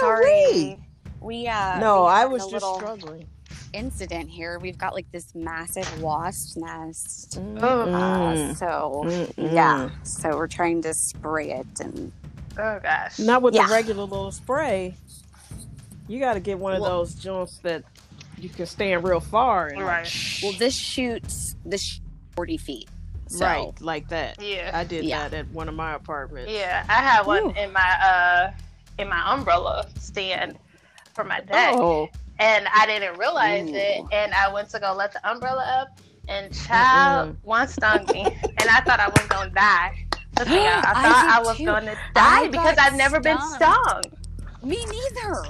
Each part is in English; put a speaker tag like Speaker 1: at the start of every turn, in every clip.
Speaker 1: sorry.
Speaker 2: way.
Speaker 1: We uh
Speaker 2: No,
Speaker 1: we
Speaker 2: I
Speaker 1: had
Speaker 2: was
Speaker 1: a
Speaker 2: just
Speaker 1: little
Speaker 2: struggling.
Speaker 1: incident here. We've got like this massive wasp nest.
Speaker 2: Mm,
Speaker 1: Uh,
Speaker 3: Oh,
Speaker 2: Mm-mm.
Speaker 1: so
Speaker 2: Mm-mm.
Speaker 1: yeah, so we're trying to spray it and
Speaker 3: Oh gosh.
Speaker 2: Not with
Speaker 1: Yeah.
Speaker 2: the regular little spray. You got to get one of those joints that you can stand real far and
Speaker 3: Right.
Speaker 1: well this shoots this sh- 40 feet. So,
Speaker 2: right like that.
Speaker 3: Yeah.
Speaker 2: I did
Speaker 1: Yeah.
Speaker 2: that at one of my apartments.
Speaker 3: Yeah. I had one
Speaker 1: Ooh.
Speaker 3: in my uh in my umbrella stand for my deck.
Speaker 2: Oh,
Speaker 3: and I didn't realize
Speaker 1: Ooh.
Speaker 3: it. And I went to go let the umbrella up, and child one stung me, and I thought I was gonna die. The thing I, I
Speaker 1: I
Speaker 3: thought
Speaker 1: did
Speaker 3: I was
Speaker 1: too.
Speaker 3: gonna
Speaker 1: I
Speaker 3: die because
Speaker 1: got
Speaker 3: I've never been stung.
Speaker 1: stung. Me neither.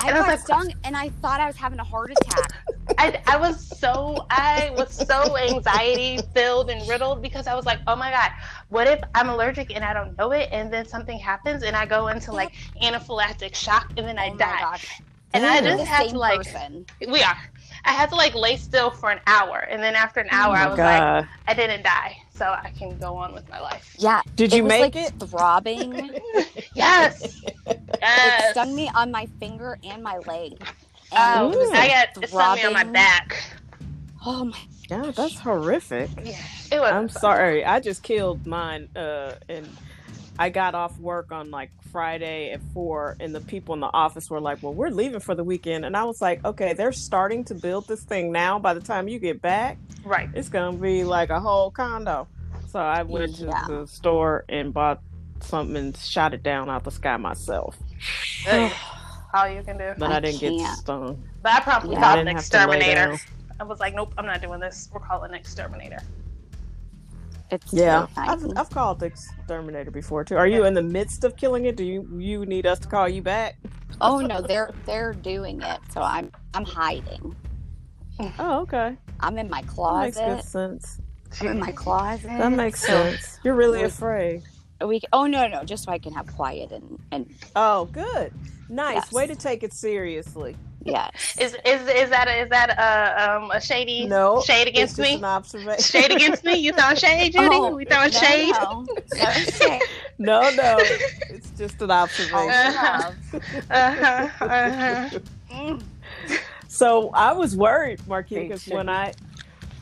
Speaker 1: I
Speaker 3: And I was
Speaker 1: got
Speaker 3: like-
Speaker 1: stung and I thought I was having a heart attack.
Speaker 3: I, I was so I was so anxiety filled and riddled because I was like, oh my god, what if I'm allergic and I don't know it, and then something happens and I go into like anaphylactic shock and then I
Speaker 1: oh my
Speaker 3: die.
Speaker 1: gosh.
Speaker 3: And I
Speaker 2: Mm.
Speaker 1: We're
Speaker 3: just
Speaker 1: the
Speaker 3: had
Speaker 1: same
Speaker 3: to like
Speaker 1: person.
Speaker 3: we are. I had to like lay still for an hour, and then after
Speaker 1: Oh
Speaker 3: an hour,
Speaker 2: my
Speaker 3: I was like,
Speaker 2: God.
Speaker 3: I didn't die, so I can go on with my life.
Speaker 1: Yeah.
Speaker 2: did you
Speaker 1: was,
Speaker 2: make
Speaker 1: like,
Speaker 2: it?
Speaker 1: throbbing.
Speaker 3: Yes.
Speaker 1: It
Speaker 3: yes.
Speaker 1: stung me on my finger and my leg. And
Speaker 3: Oh,
Speaker 1: it was
Speaker 2: Ooh.
Speaker 3: I
Speaker 1: like,
Speaker 3: got it stung me on my
Speaker 1: throbbing.
Speaker 3: back.
Speaker 1: oh my
Speaker 2: Yeah, that's horrific.
Speaker 3: Yeah. It was.
Speaker 2: I'm sorry. I just killed mine uh and I got off work on like Friday at four and the people in the office were like, Well, we're leaving for the weekend and I was like, Okay, they're starting to build this thing now. By the time you get back,
Speaker 3: Right.
Speaker 2: it's gonna be like a whole condo. So I went to
Speaker 1: Yeah.
Speaker 2: the store and bought something and shot it down out the sky myself.
Speaker 3: Hey, All you can do.
Speaker 2: But
Speaker 1: I
Speaker 2: I, didn't get
Speaker 1: can't.
Speaker 2: stung.
Speaker 3: But I probably
Speaker 1: Yeah.
Speaker 2: I
Speaker 3: called an
Speaker 2: didn't have to lay
Speaker 3: exterminator.
Speaker 2: down.
Speaker 3: I was like, nope, I'm not doing this. We're calling an exterminator.
Speaker 1: It's
Speaker 2: Yeah, I've,
Speaker 1: terrifying.
Speaker 2: I've called the exterminator before too. Are you in the midst of killing it? Do you you need us to call you back?
Speaker 1: oh no, they're they're doing it, so I'm I'm hiding.
Speaker 2: Oh, okay.
Speaker 1: I'm in my
Speaker 2: That makes
Speaker 1: closet.
Speaker 2: good sense.
Speaker 1: I'm in my closet.
Speaker 2: That makes sense. You're really
Speaker 1: With-
Speaker 2: afraid.
Speaker 1: We oh no no, just so I can have quiet and and
Speaker 2: Oh, good. Nice
Speaker 1: Yes.
Speaker 2: way to take it seriously.
Speaker 1: yes.
Speaker 3: Is is is that a, is that a um a shady
Speaker 2: No,
Speaker 3: shade
Speaker 2: it's
Speaker 3: against
Speaker 2: just
Speaker 3: me?
Speaker 2: an observation.
Speaker 3: Shade against me? You throwing shade, Judy?
Speaker 1: Oh,
Speaker 3: we throwing
Speaker 1: No,
Speaker 3: shade?
Speaker 1: no, no shade.
Speaker 2: no, no, it's just an observation.
Speaker 3: Uh-huh. Uh-huh, uh-huh.
Speaker 1: Mm.
Speaker 2: So I was worried, Marquis, because
Speaker 3: Thanks,
Speaker 2: when I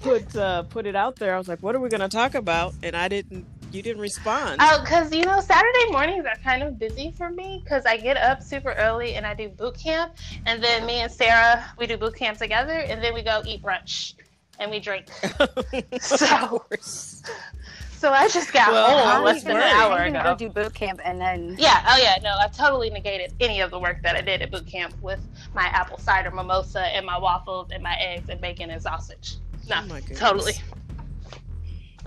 Speaker 2: put uh, put it out there, I was like, "What are we going to talk about?" And I didn't. You didn't respond.
Speaker 3: Oh, because you know Saturday mornings are kind of busy for me because I get up super early and I do boot camp, and then me and Sarah we do boot camp together, and then we go eat brunch and we drink. Um, so, so I just got
Speaker 2: Well,
Speaker 3: home
Speaker 2: how
Speaker 3: less
Speaker 2: is
Speaker 3: than an
Speaker 2: work?
Speaker 3: hour
Speaker 1: I'm gonna
Speaker 3: ago.
Speaker 1: Go do boot camp and then
Speaker 3: Yeah. Oh, yeah. No, I totally negated any of the work that I did at boot camp with my apple cider mimosa and my waffles and my eggs and bacon and sausage. No,
Speaker 2: Oh my goodness.
Speaker 3: totally.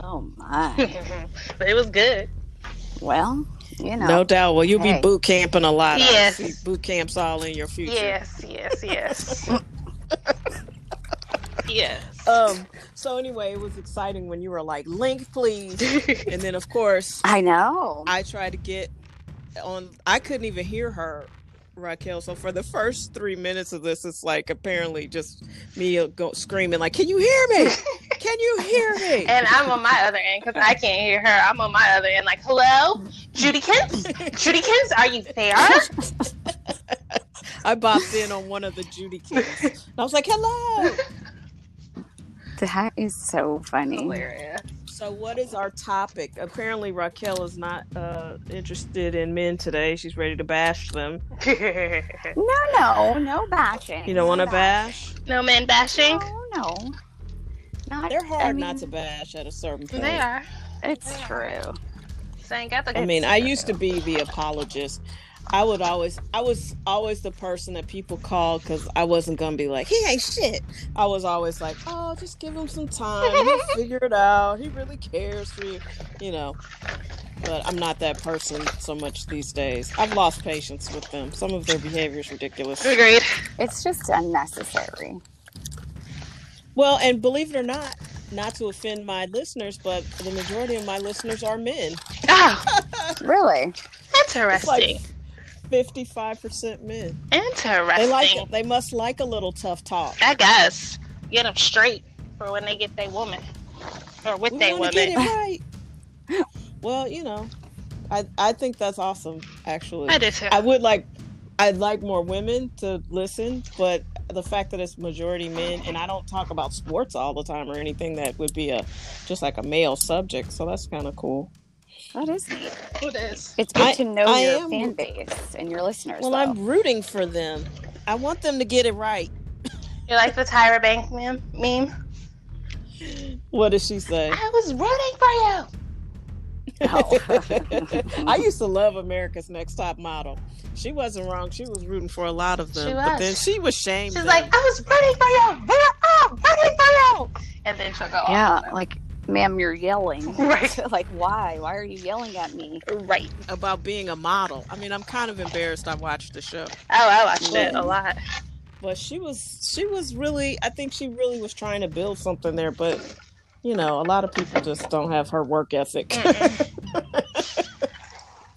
Speaker 1: oh my.
Speaker 3: but it was good.
Speaker 1: Well, you know.
Speaker 2: No doubt. Well, you'll
Speaker 1: Hey.
Speaker 2: be boot camping a lot.
Speaker 3: Yes.
Speaker 2: I see boot camps all in your future.
Speaker 3: Yes. Yes. Yes. yes.
Speaker 2: Um. So anyway, it was exciting when you were like, "Link, please," and then of course
Speaker 1: I know.
Speaker 2: I tried to get on. I couldn't even hear her, Raquel. So for the first three minutes of this, it's like apparently just me uh, go screaming like, "Can you hear me? Can you hear me?"
Speaker 3: and I'm on my other end because I can't hear her. I'm on my other end, like, hello, Judy Kins? Judy Kins, are you there?
Speaker 2: I bopped in on one of the Judy kids. And I was like, "Hello."
Speaker 1: That is so funny.
Speaker 3: Hilarious.
Speaker 2: So, what is our topic? Apparently, Raquel is not uh, interested in men today. She's ready to bash them.
Speaker 1: No, no, no bashing.
Speaker 2: You don't want to
Speaker 1: No
Speaker 2: bash?
Speaker 3: no man bashing.
Speaker 1: No, Oh, no. Not,
Speaker 2: They're hard
Speaker 1: I mean,
Speaker 2: not to bash at a certain point.
Speaker 3: They are.
Speaker 1: It's true.
Speaker 3: So I ain't got the.
Speaker 2: I mean, I used to be the apologist. I would always, I was always the person that people called because I wasn't gonna be like, he ain't shit. I was always like, oh, just give him some time. He'll figure it out. He really cares for you, you know. But I'm not that person so much these days. I've lost patience with them. Some of their behavior is ridiculous.
Speaker 3: Agreed.
Speaker 1: It's just unnecessary.
Speaker 2: Well, and believe it or not, not to offend my listeners, but the majority of my listeners are men.
Speaker 3: Oh,
Speaker 1: Really?
Speaker 2: It's like
Speaker 3: interesting.
Speaker 2: 55% men.
Speaker 3: Interesting.
Speaker 2: They like it. They must like a little tough talk.
Speaker 3: I guess. Get them straight for when they get their woman. Or with
Speaker 2: We
Speaker 3: their
Speaker 2: want to get it
Speaker 3: woman.
Speaker 2: right. Well, you know, I I think that's awesome actually.
Speaker 3: I do too.
Speaker 2: I would like I'd like more women to listen, but the fact that it's majority men, and I don't talk about sports all the time or anything that would be a just like a male subject, so that's kind of cool.
Speaker 1: That is neat.
Speaker 3: Who does?
Speaker 1: It's good
Speaker 2: I-
Speaker 1: to know
Speaker 2: I
Speaker 1: your
Speaker 2: am-
Speaker 1: fan base and your listeners.
Speaker 2: Well,
Speaker 1: though.
Speaker 2: I'm rooting for them. I want them to get it right.
Speaker 3: You like the Tyra Bank meme? Meme?
Speaker 2: What did she say?
Speaker 3: I was rooting
Speaker 1: No.
Speaker 2: I used to love America's Next Top Model. She wasn't wrong. She was rooting for a lot of them,
Speaker 3: She
Speaker 2: but
Speaker 3: was.
Speaker 2: then she was
Speaker 3: for you.
Speaker 2: shamed.
Speaker 3: She's like, I was rooting for you. We're all rooting for you. And then she'll go.
Speaker 1: yeah, like, ma'am, you're yelling.
Speaker 3: Right.
Speaker 1: like, why? Why are you yelling at me?
Speaker 3: off. Right.
Speaker 2: about being a model. I mean, I'm kind of embarrassed. I watched the show.
Speaker 3: Oh, I watched it a lot.
Speaker 2: but she was she was really i think she really was trying to build something there but you know a lot of people just don't have her work ethic
Speaker 3: Mm.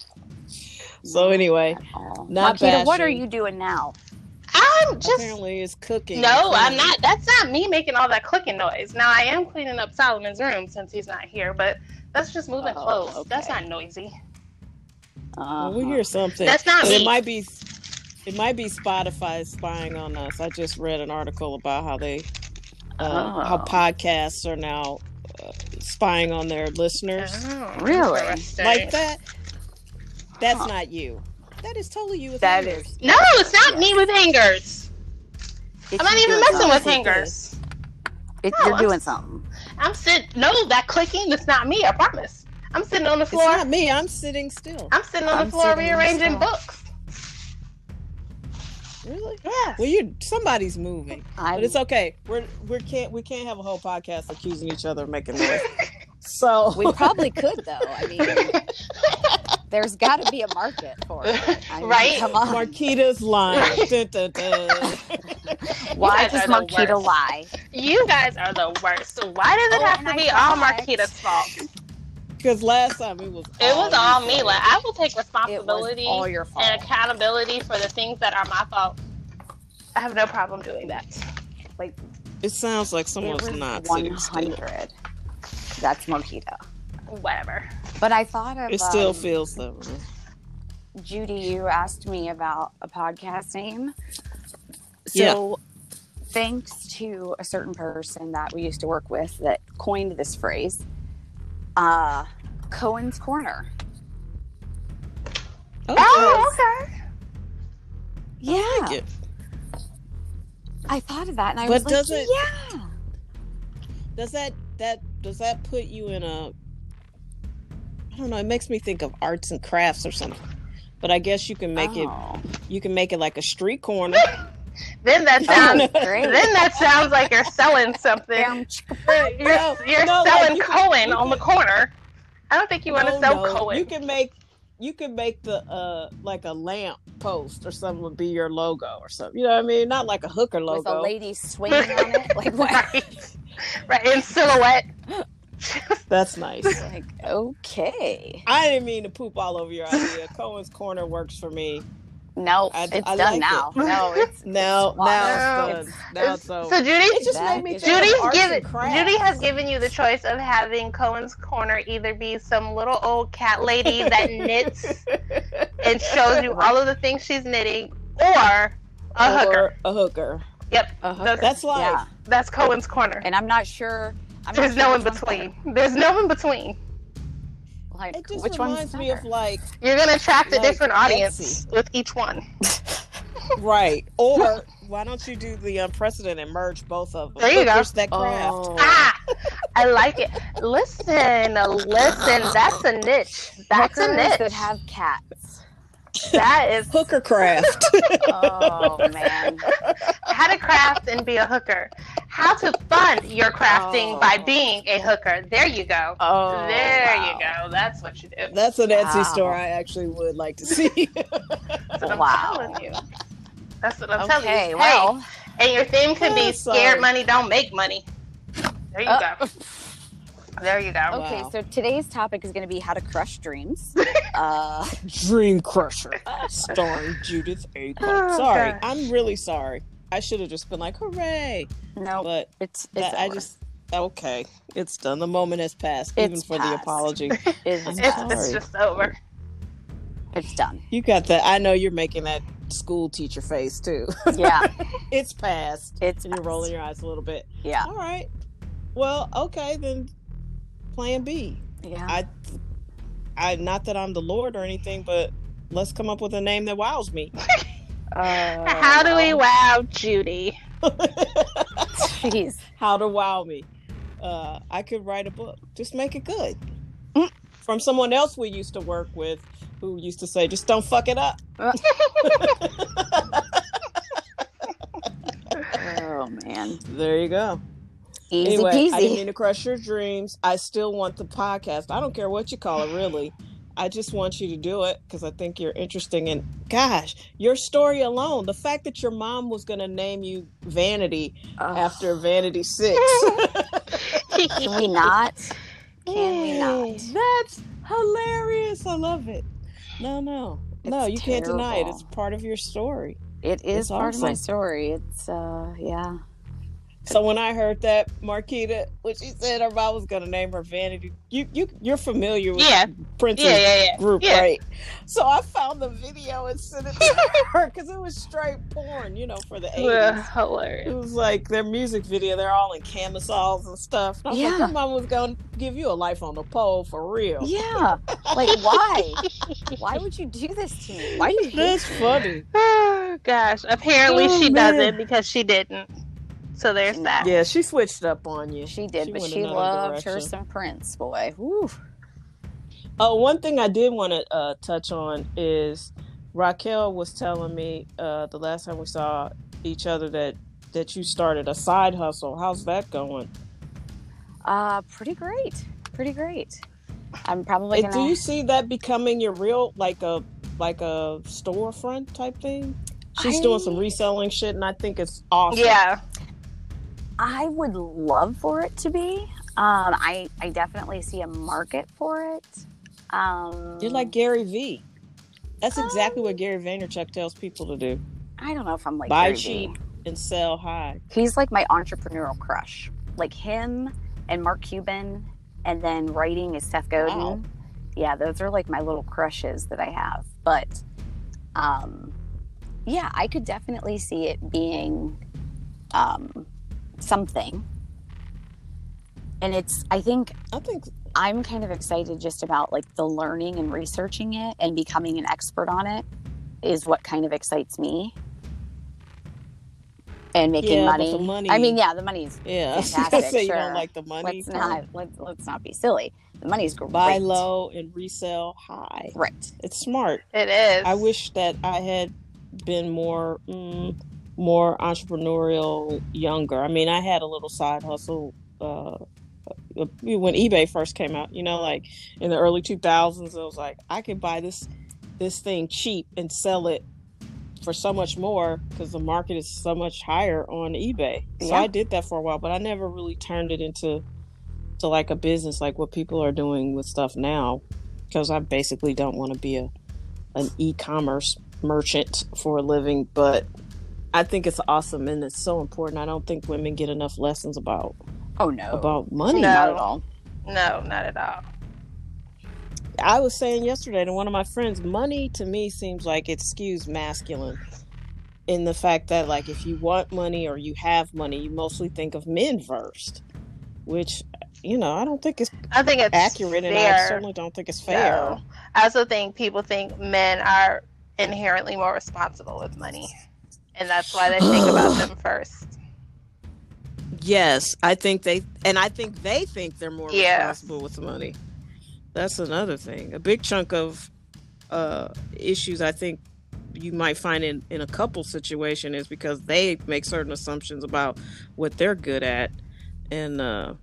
Speaker 2: so anyway
Speaker 1: Oh.
Speaker 2: Not
Speaker 1: Marquita, what are
Speaker 2: bashing.
Speaker 1: you doing now?
Speaker 3: I'm just
Speaker 2: apparently it's cooking
Speaker 3: No, I'm not. That's not me making all that clicking noise. Now I am cleaning up Solomon's room since he's not here, but that's just moving
Speaker 1: Oh,
Speaker 3: clothes.
Speaker 1: okay.
Speaker 3: That's not noisy.
Speaker 1: Uh,
Speaker 2: Well, we hear something
Speaker 3: That's not
Speaker 2: But
Speaker 3: me.
Speaker 2: it might be it might be spotify spying on us i just read an article about how they uh, how
Speaker 1: Oh.
Speaker 2: podcasts are now uh, spying on their listeners
Speaker 3: Oh,
Speaker 1: Really?
Speaker 3: interesting.
Speaker 2: like that that's
Speaker 1: Uh-huh. Huh.
Speaker 2: not you that is totally you with
Speaker 1: That
Speaker 2: hangers.
Speaker 1: is.
Speaker 3: No, it's not me with hangers.
Speaker 1: If
Speaker 3: I'm not
Speaker 1: you're
Speaker 3: even
Speaker 1: doing
Speaker 3: messing with
Speaker 1: something-
Speaker 3: hangers.
Speaker 1: If
Speaker 3: No,
Speaker 1: you're
Speaker 3: I'm-
Speaker 1: doing something.
Speaker 3: I'm sitting. No, that clicking. That's not me. I promise. I'm sitting on the
Speaker 2: It's
Speaker 3: floor.
Speaker 2: not me. I'm sitting still.
Speaker 3: I'm sitting on
Speaker 1: I'm
Speaker 3: the floor
Speaker 1: sitting on the
Speaker 3: rearranging
Speaker 1: floor.
Speaker 3: books.
Speaker 2: Really?
Speaker 3: Yes.
Speaker 2: Well, you somebody's moving,
Speaker 1: I'm,
Speaker 2: but it's okay. We're we can't we can't have a whole podcast accusing each other of making noise. So
Speaker 1: we probably could, though. I mean, there's got to be a market for it. I mean,
Speaker 3: Right?
Speaker 1: Come on.
Speaker 2: Marquita's line. Dun, dun, dun.
Speaker 1: Why
Speaker 3: You guys
Speaker 1: does
Speaker 3: are the
Speaker 1: Marquita
Speaker 3: worst.
Speaker 1: lie?
Speaker 3: you guys are the worst. Why does it
Speaker 1: Oh,
Speaker 3: have
Speaker 1: and
Speaker 3: to
Speaker 1: I
Speaker 3: be all
Speaker 1: tried.
Speaker 3: Marquita's fault?
Speaker 2: Because last time it was
Speaker 3: It was all
Speaker 2: you.
Speaker 3: me. Like I will take
Speaker 1: It was
Speaker 3: responsibility.
Speaker 1: all your fault.
Speaker 3: and accountability for the things that are my fault. I have no problem doing that.
Speaker 2: It sounds like
Speaker 1: It
Speaker 2: someone's
Speaker 1: was
Speaker 2: not sitting still.
Speaker 1: 100. That's Marquita.
Speaker 3: Whatever.
Speaker 1: But I thought of
Speaker 2: It still
Speaker 1: um,
Speaker 2: feels that way.
Speaker 1: Judy, you asked me about a podcast name.
Speaker 2: Yeah.
Speaker 1: So, thanks to a certain person that we used to work with that coined this phrase, uh, Cohen's Corner. Ah!
Speaker 3: Oh, okay.
Speaker 1: Yeah,
Speaker 2: Okay.
Speaker 1: I thought of that, and I
Speaker 2: But
Speaker 1: was
Speaker 2: does
Speaker 1: like,
Speaker 2: it-
Speaker 1: yeah,
Speaker 2: does that that does that put you in a i don't know it makes me think of arts and crafts or something but i guess you can make
Speaker 1: Oh.
Speaker 2: it you can make it like a street corner
Speaker 3: Then that sounds.
Speaker 1: Oh, great.
Speaker 3: then that sounds like you're selling something.
Speaker 1: Bam, chick-
Speaker 3: You're,
Speaker 2: No,
Speaker 3: you're
Speaker 2: no, like,
Speaker 3: selling
Speaker 2: you can-
Speaker 3: Cohen
Speaker 2: you
Speaker 3: on the
Speaker 2: can-
Speaker 3: corner. I don't think you want to
Speaker 2: Oh, No,
Speaker 3: sell
Speaker 2: no,
Speaker 3: Cohen.
Speaker 2: you can make you can make the uh like a lamp post or something would be your logo or something you know what i mean not like a hooker
Speaker 1: with a
Speaker 2: logo
Speaker 1: lady swinging on it, like what?
Speaker 3: right. right in silhouette.
Speaker 2: that's nice
Speaker 1: like okay,
Speaker 2: i didn't mean to poop all over your idea cohen's corner works for me
Speaker 1: no,
Speaker 2: I-
Speaker 1: it's
Speaker 2: I
Speaker 1: done
Speaker 2: like
Speaker 1: now.
Speaker 2: it.
Speaker 1: No, it's
Speaker 2: now
Speaker 1: Wow.
Speaker 2: now
Speaker 3: No.
Speaker 2: it's done now it's over.
Speaker 3: so Judy,
Speaker 2: it just
Speaker 1: That
Speaker 2: made me
Speaker 1: is-
Speaker 2: think of
Speaker 3: Judy's
Speaker 2: arts
Speaker 3: given
Speaker 2: and crafts.
Speaker 3: Judy has given you the choice of having Cohen's Corner either be some little old cat lady that knits and shows you all of the things she's knitting, or a hooker.
Speaker 2: Or a hooker.
Speaker 3: Yep,
Speaker 1: a
Speaker 3: That's-
Speaker 1: hooker.
Speaker 2: That's life.
Speaker 1: Yeah,
Speaker 3: that's Cohen's Corner.
Speaker 1: and I'm not sure. I'm not
Speaker 3: There's
Speaker 1: sure
Speaker 3: no in
Speaker 1: which one's
Speaker 3: between. There's no in between.
Speaker 1: better. Like,
Speaker 2: It just
Speaker 1: which one's
Speaker 2: reminds me of
Speaker 1: better?
Speaker 2: like
Speaker 3: You're gonna attract a
Speaker 2: Like
Speaker 3: different audience with each one.
Speaker 2: right or why don't you do the unprecedented and merge both of them?
Speaker 3: There you go.
Speaker 2: Hookers That craft.
Speaker 3: Ah, I like it. Listen, listen. That's a niche. That's a
Speaker 1: Hookers
Speaker 3: niche.
Speaker 1: that have cats.
Speaker 3: that is
Speaker 2: Hooker craft.
Speaker 1: Oh man,
Speaker 3: how to craft and be a hooker. How to fund your crafting
Speaker 1: Oh.
Speaker 3: by being a hooker. There you go.
Speaker 1: oh
Speaker 3: there
Speaker 1: wow.
Speaker 3: you go. That's what you do.
Speaker 2: That's an Etsy
Speaker 1: Wow.
Speaker 2: store I actually would like to see.
Speaker 3: That's what I'm
Speaker 1: Wow.
Speaker 3: telling you. That's what I'm telling you.
Speaker 1: Okay,
Speaker 3: Hey,
Speaker 1: well.
Speaker 3: and your theme could be
Speaker 2: Yeah, sorry.
Speaker 3: scared money don't make money. There you
Speaker 1: Uh,
Speaker 3: go. There you go.
Speaker 1: Okay,
Speaker 2: Wow.
Speaker 1: so today's topic is going to be how to crush dreams. uh,
Speaker 2: Dream Crusher, starring Judith A. Cope.
Speaker 3: Oh,
Speaker 2: sorry,
Speaker 3: gosh.
Speaker 2: I'm really sorry. I should have just been like, "Hooray!"
Speaker 3: Oh.
Speaker 1: no,
Speaker 2: But
Speaker 1: it's, it's
Speaker 2: that, I
Speaker 1: over.
Speaker 2: just okay. It's done. The moment has passed, even
Speaker 1: It's
Speaker 2: for
Speaker 1: passed.
Speaker 2: the apology.
Speaker 1: It's-
Speaker 3: It's,
Speaker 2: I'm
Speaker 3: it's
Speaker 2: sorry.
Speaker 3: just over.
Speaker 1: It's done.
Speaker 2: You got that. I know you're making that school teacher face too.
Speaker 1: Yeah.
Speaker 2: it's past.
Speaker 1: It's
Speaker 2: And you're rolling your eyes a little bit.
Speaker 1: Yeah.
Speaker 2: All right. Well, okay, then plan B.
Speaker 1: Yeah.
Speaker 2: I I not that I'm the Lord or anything, but let's come up with a name that wows me.
Speaker 1: Uh,
Speaker 3: How do we wow Judy?
Speaker 1: Jeez.
Speaker 2: How to wow me. Uh, I could write a book. Just make it good.
Speaker 1: Mm.
Speaker 2: From someone else we used to work with who used to say, just don't fuck it up.
Speaker 1: Oh man.
Speaker 2: There you go.
Speaker 1: Easy
Speaker 2: anyway, I didn't
Speaker 1: peasy.
Speaker 2: mean to crush your dreams. I still want the podcast. I don't care what you call it, really. I just want you to do it because I think you're interesting. And gosh, your story alone, the fact that your mom was going to name you Vanity
Speaker 1: Ugh,
Speaker 2: after Vanity Six.
Speaker 1: can we not? Can we not?
Speaker 2: That's hilarious. I love it. No, no. no,
Speaker 1: It's
Speaker 2: you can't deny it.
Speaker 1: terrible.
Speaker 2: It's part of your story.
Speaker 1: It is
Speaker 2: It's
Speaker 1: part of my
Speaker 2: awesome.
Speaker 1: story. It's uh yeah.
Speaker 2: So when I heard that Marquita, when she said her mom was gonna name her Vanity, you you you're familiar with
Speaker 3: Yeah,
Speaker 2: Prince's
Speaker 3: yeah, yeah, yeah.
Speaker 2: group, right? So I found the video and sent it to her because it was straight porn, you know, for the eighties.
Speaker 3: Ugh,
Speaker 2: It
Speaker 3: hilarious.
Speaker 2: was like their music video. They're all in camisoles and stuff. And I was
Speaker 1: Yeah.
Speaker 2: like, your mom was gonna give you a life on the pole for real.
Speaker 1: Yeah. Like why? why would you do this to me? Why do you hate
Speaker 2: That's funny.
Speaker 3: Oh gosh. Apparently
Speaker 2: Oh,
Speaker 3: she
Speaker 2: man.
Speaker 3: doesn't because she didn't. So there's that.
Speaker 2: Yeah, she switched up on you.
Speaker 1: She did,
Speaker 2: She
Speaker 1: but
Speaker 2: went
Speaker 1: she
Speaker 2: another
Speaker 1: loved her
Speaker 2: direction.
Speaker 1: some Prince, boy. Whew.
Speaker 2: Oh, one thing I did want to uh, touch on is Raquel was telling me uh, the last time we saw each other that that you started a side hustle. How's that going?
Speaker 1: Uh, pretty great. Pretty great. I'm probably
Speaker 2: And
Speaker 1: gonna.
Speaker 2: do you see that becoming your real like a like a storefront type thing? She's doing some
Speaker 1: I-
Speaker 2: reselling shit, and I think it's awesome.
Speaker 3: Yeah.
Speaker 1: I would love for it to be. Um, I I definitely see a market for it. Um,
Speaker 2: you're like Gary V. That's exactly what Gary Vaynerchuk tells people to do:
Speaker 1: I don't know if I'm Um, like
Speaker 2: buy
Speaker 1: Gary Vee.
Speaker 2: cheap and sell high.
Speaker 1: He's like my entrepreneurial crush. Like him and Mark Cuban, and then writing is Seth Godin.
Speaker 2: Wow.
Speaker 1: Yeah, those are like my little crushes that I have. But um, yeah, I could definitely see it being um, something. And it's, I think,
Speaker 2: I think
Speaker 1: I'm kind of excited just about like the learning and researching it and becoming an expert on it is what kind of excites me. And making
Speaker 2: Yeah, but
Speaker 1: money.
Speaker 2: the money-
Speaker 1: I mean, yeah, the money's
Speaker 2: yeah. I was gonna
Speaker 1: Fantastic,
Speaker 2: say you
Speaker 1: sure.
Speaker 2: don't like the money.
Speaker 1: let's
Speaker 2: part.
Speaker 1: not let's, let's not be silly. The money's great.
Speaker 2: buy low and resell high.
Speaker 1: Right.
Speaker 2: It's smart.
Speaker 3: It is.
Speaker 2: I wish that I had been more mm, more entrepreneurial younger. I mean, I had a little side hustle uh, when eBay first came out. You know, like in the early two thousands, I was like, I could buy this this thing cheap and sell it for so much more because the market is so much higher on eBay. So
Speaker 1: Yeah.
Speaker 2: I did that for a while, but I never really turned it into to like a business like what people are doing with stuff now because I basically don't want to be a an e-commerce merchant for a living, but I think it's awesome and it's so important. I don't think women get enough lessons about
Speaker 1: Oh no.
Speaker 2: about money.
Speaker 3: No.
Speaker 1: Not at all.
Speaker 3: No, not at all.
Speaker 2: I was saying yesterday to one of my friends, money to me seems like it skews masculine in the fact that like if you want money or you have money, you mostly think of men first, which you know, I don't think it's
Speaker 3: I think it's
Speaker 2: accurate and I
Speaker 3: fair.
Speaker 2: certainly don't think it's fair.
Speaker 3: No. I also think people think men are inherently more responsible with money, and that's why they think about them first.
Speaker 2: Yes, I think they, and I think they think they're more
Speaker 3: Yeah.
Speaker 2: responsible with the money. That's another thing. A big chunk of uh, issues I think you might find in in a couple situation is because they make certain assumptions about what they're good at, and uh,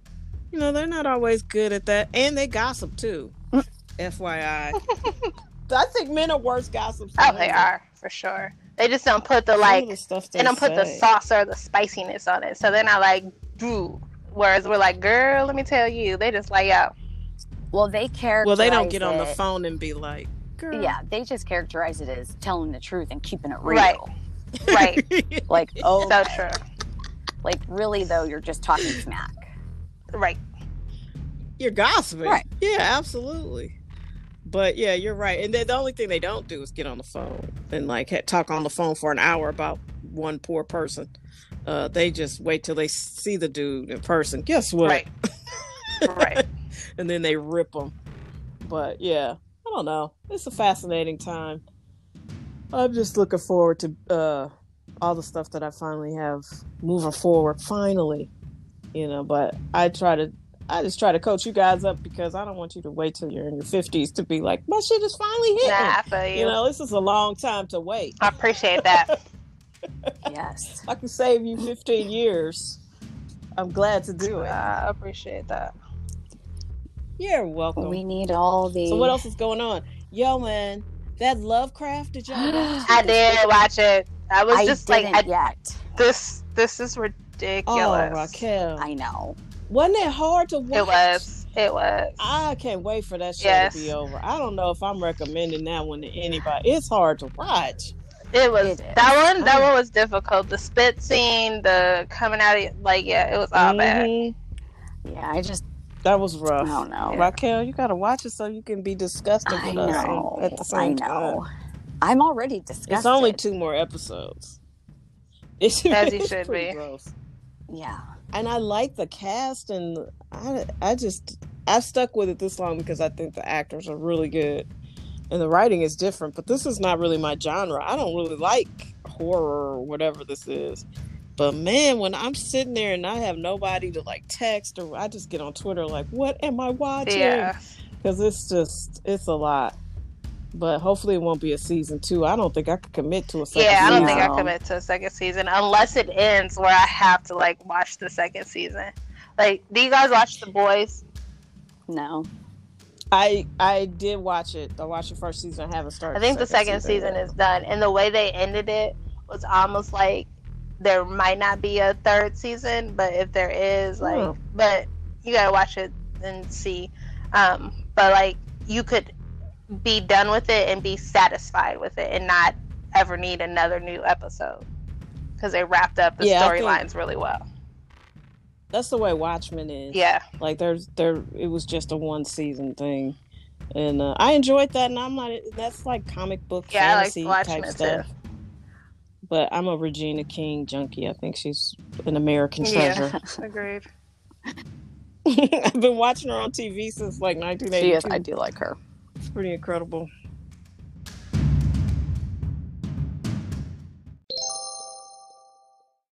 Speaker 2: you know they're not always good at that, and they gossip too. FYI, I think men are worse gossips. than
Speaker 3: Oh, they
Speaker 2: women.
Speaker 3: are for sure. They just don't put the
Speaker 2: Some of
Speaker 3: like,
Speaker 2: the stuff
Speaker 3: they don't put the
Speaker 2: say.
Speaker 3: sauce or the spiciness on it, so they're not like, "Ooh." Whereas we're like, "Girl, let me tell you," they just like, "Yo,
Speaker 1: Well, they characterize
Speaker 2: Well, they don't get on the
Speaker 1: it-
Speaker 2: phone and be like, "Girl,
Speaker 1: Yeah, they just characterize it as telling the truth and keeping it real.
Speaker 3: Right. right,
Speaker 1: Like oh,
Speaker 3: so true,
Speaker 1: like really though, you're just talking smack.
Speaker 3: right."
Speaker 2: You're gossiping.
Speaker 1: Right.
Speaker 2: Yeah, absolutely. But yeah, you're right. And then the only thing they don't do is get on the phone and like ha- talk on the phone for an hour about one poor person. Uh, they just wait till they see the dude in person. Guess what?
Speaker 3: Right. right.
Speaker 2: And then they rip them. But yeah, I don't know. It's a fascinating time. I'm just looking forward to uh, all the stuff that I finally have moving forward. Finally, you know. But I try to, I just try to coach you guys up because I don't want you to wait till you're in your 50s to be like, my shit is finally hitting.
Speaker 3: Nah, I feel you.
Speaker 2: You know, this is a long time to wait.
Speaker 3: I appreciate that.
Speaker 1: Yes.
Speaker 2: I can save you 15 years. I'm glad to do it.
Speaker 3: I appreciate that.
Speaker 2: You're welcome.
Speaker 1: We need all the.
Speaker 2: Oh. So what else is going on? Yo, man, that Lovecraft did y'all watch?
Speaker 3: I did watch it. I was
Speaker 1: I
Speaker 3: just like,
Speaker 1: didn't
Speaker 3: I,
Speaker 1: yet.
Speaker 3: this this is ridiculous.
Speaker 2: Oh, Raquel,
Speaker 1: I know.
Speaker 2: wasn't it hard to watch?
Speaker 3: It was. It was.
Speaker 2: I can't wait for that show
Speaker 3: Yes.
Speaker 2: to be over. I don't know if I'm recommending that one to anybody. It's hard to watch.
Speaker 3: It was
Speaker 1: It is.
Speaker 3: that one. That
Speaker 2: Oh.
Speaker 3: one was difficult. The spit scene, the coming out of like, yeah, it was all bad.
Speaker 2: Mhm.
Speaker 1: Yeah, I just
Speaker 2: That was
Speaker 1: I
Speaker 2: rough.
Speaker 1: don't know.
Speaker 2: Raquel, you gotta watch it so you can be disgusted
Speaker 1: I
Speaker 2: with us on-
Speaker 1: know.
Speaker 2: at the
Speaker 1: I
Speaker 2: same time.
Speaker 1: know. I'm already disgusted.
Speaker 2: It's only two more episodes. It should,
Speaker 3: As you
Speaker 2: it's
Speaker 3: should
Speaker 2: pretty
Speaker 3: be.
Speaker 2: Gross.
Speaker 1: Yeah.
Speaker 2: And I like the cast, and I I just I've stuck with it this long because I think the actors are really good, and the writing is different. But this is not really my genre. I don't really like horror or whatever this is. But man, when I'm sitting there and I have nobody to like text, or I just get on Twitter like, what am I watching?
Speaker 3: Yeah,
Speaker 2: because it's just it's a lot. But hopefully it won't be a season two. I don't think I could commit to a second.
Speaker 3: yeah. I don't think I
Speaker 1: season.
Speaker 3: commit to a second season unless it ends where I have to like watch the second season. Like, do you guys watch The Boys?
Speaker 1: No.
Speaker 2: I I did watch it. I watched the first season. I haven't started.
Speaker 3: I think the second season
Speaker 2: yet.
Speaker 3: is done, and the way they ended it was almost like there might not be a third season, but if there is, like,
Speaker 2: Hmm.
Speaker 3: but you gotta watch it and see. Um, but like, you could be done with it and be satisfied with it, and not ever need another new episode because they wrapped up the
Speaker 2: Yeah, I think-
Speaker 3: storylines really well.
Speaker 2: That's the way Watchmen is.
Speaker 3: Yeah,
Speaker 2: Like there's there it was just a one season thing, and uh, I enjoyed that. And I'm not that's like comic book
Speaker 3: Yeah, I like
Speaker 2: fantasy
Speaker 3: Watchmen,
Speaker 2: type
Speaker 3: too.
Speaker 2: stuff. But I'm a Regina King junkie. I think she's an American
Speaker 3: Yeah.
Speaker 2: treasure.
Speaker 3: agreed.
Speaker 2: I've been watching her on TV since like 1982.
Speaker 1: She is. I do like her.
Speaker 2: It's pretty incredible.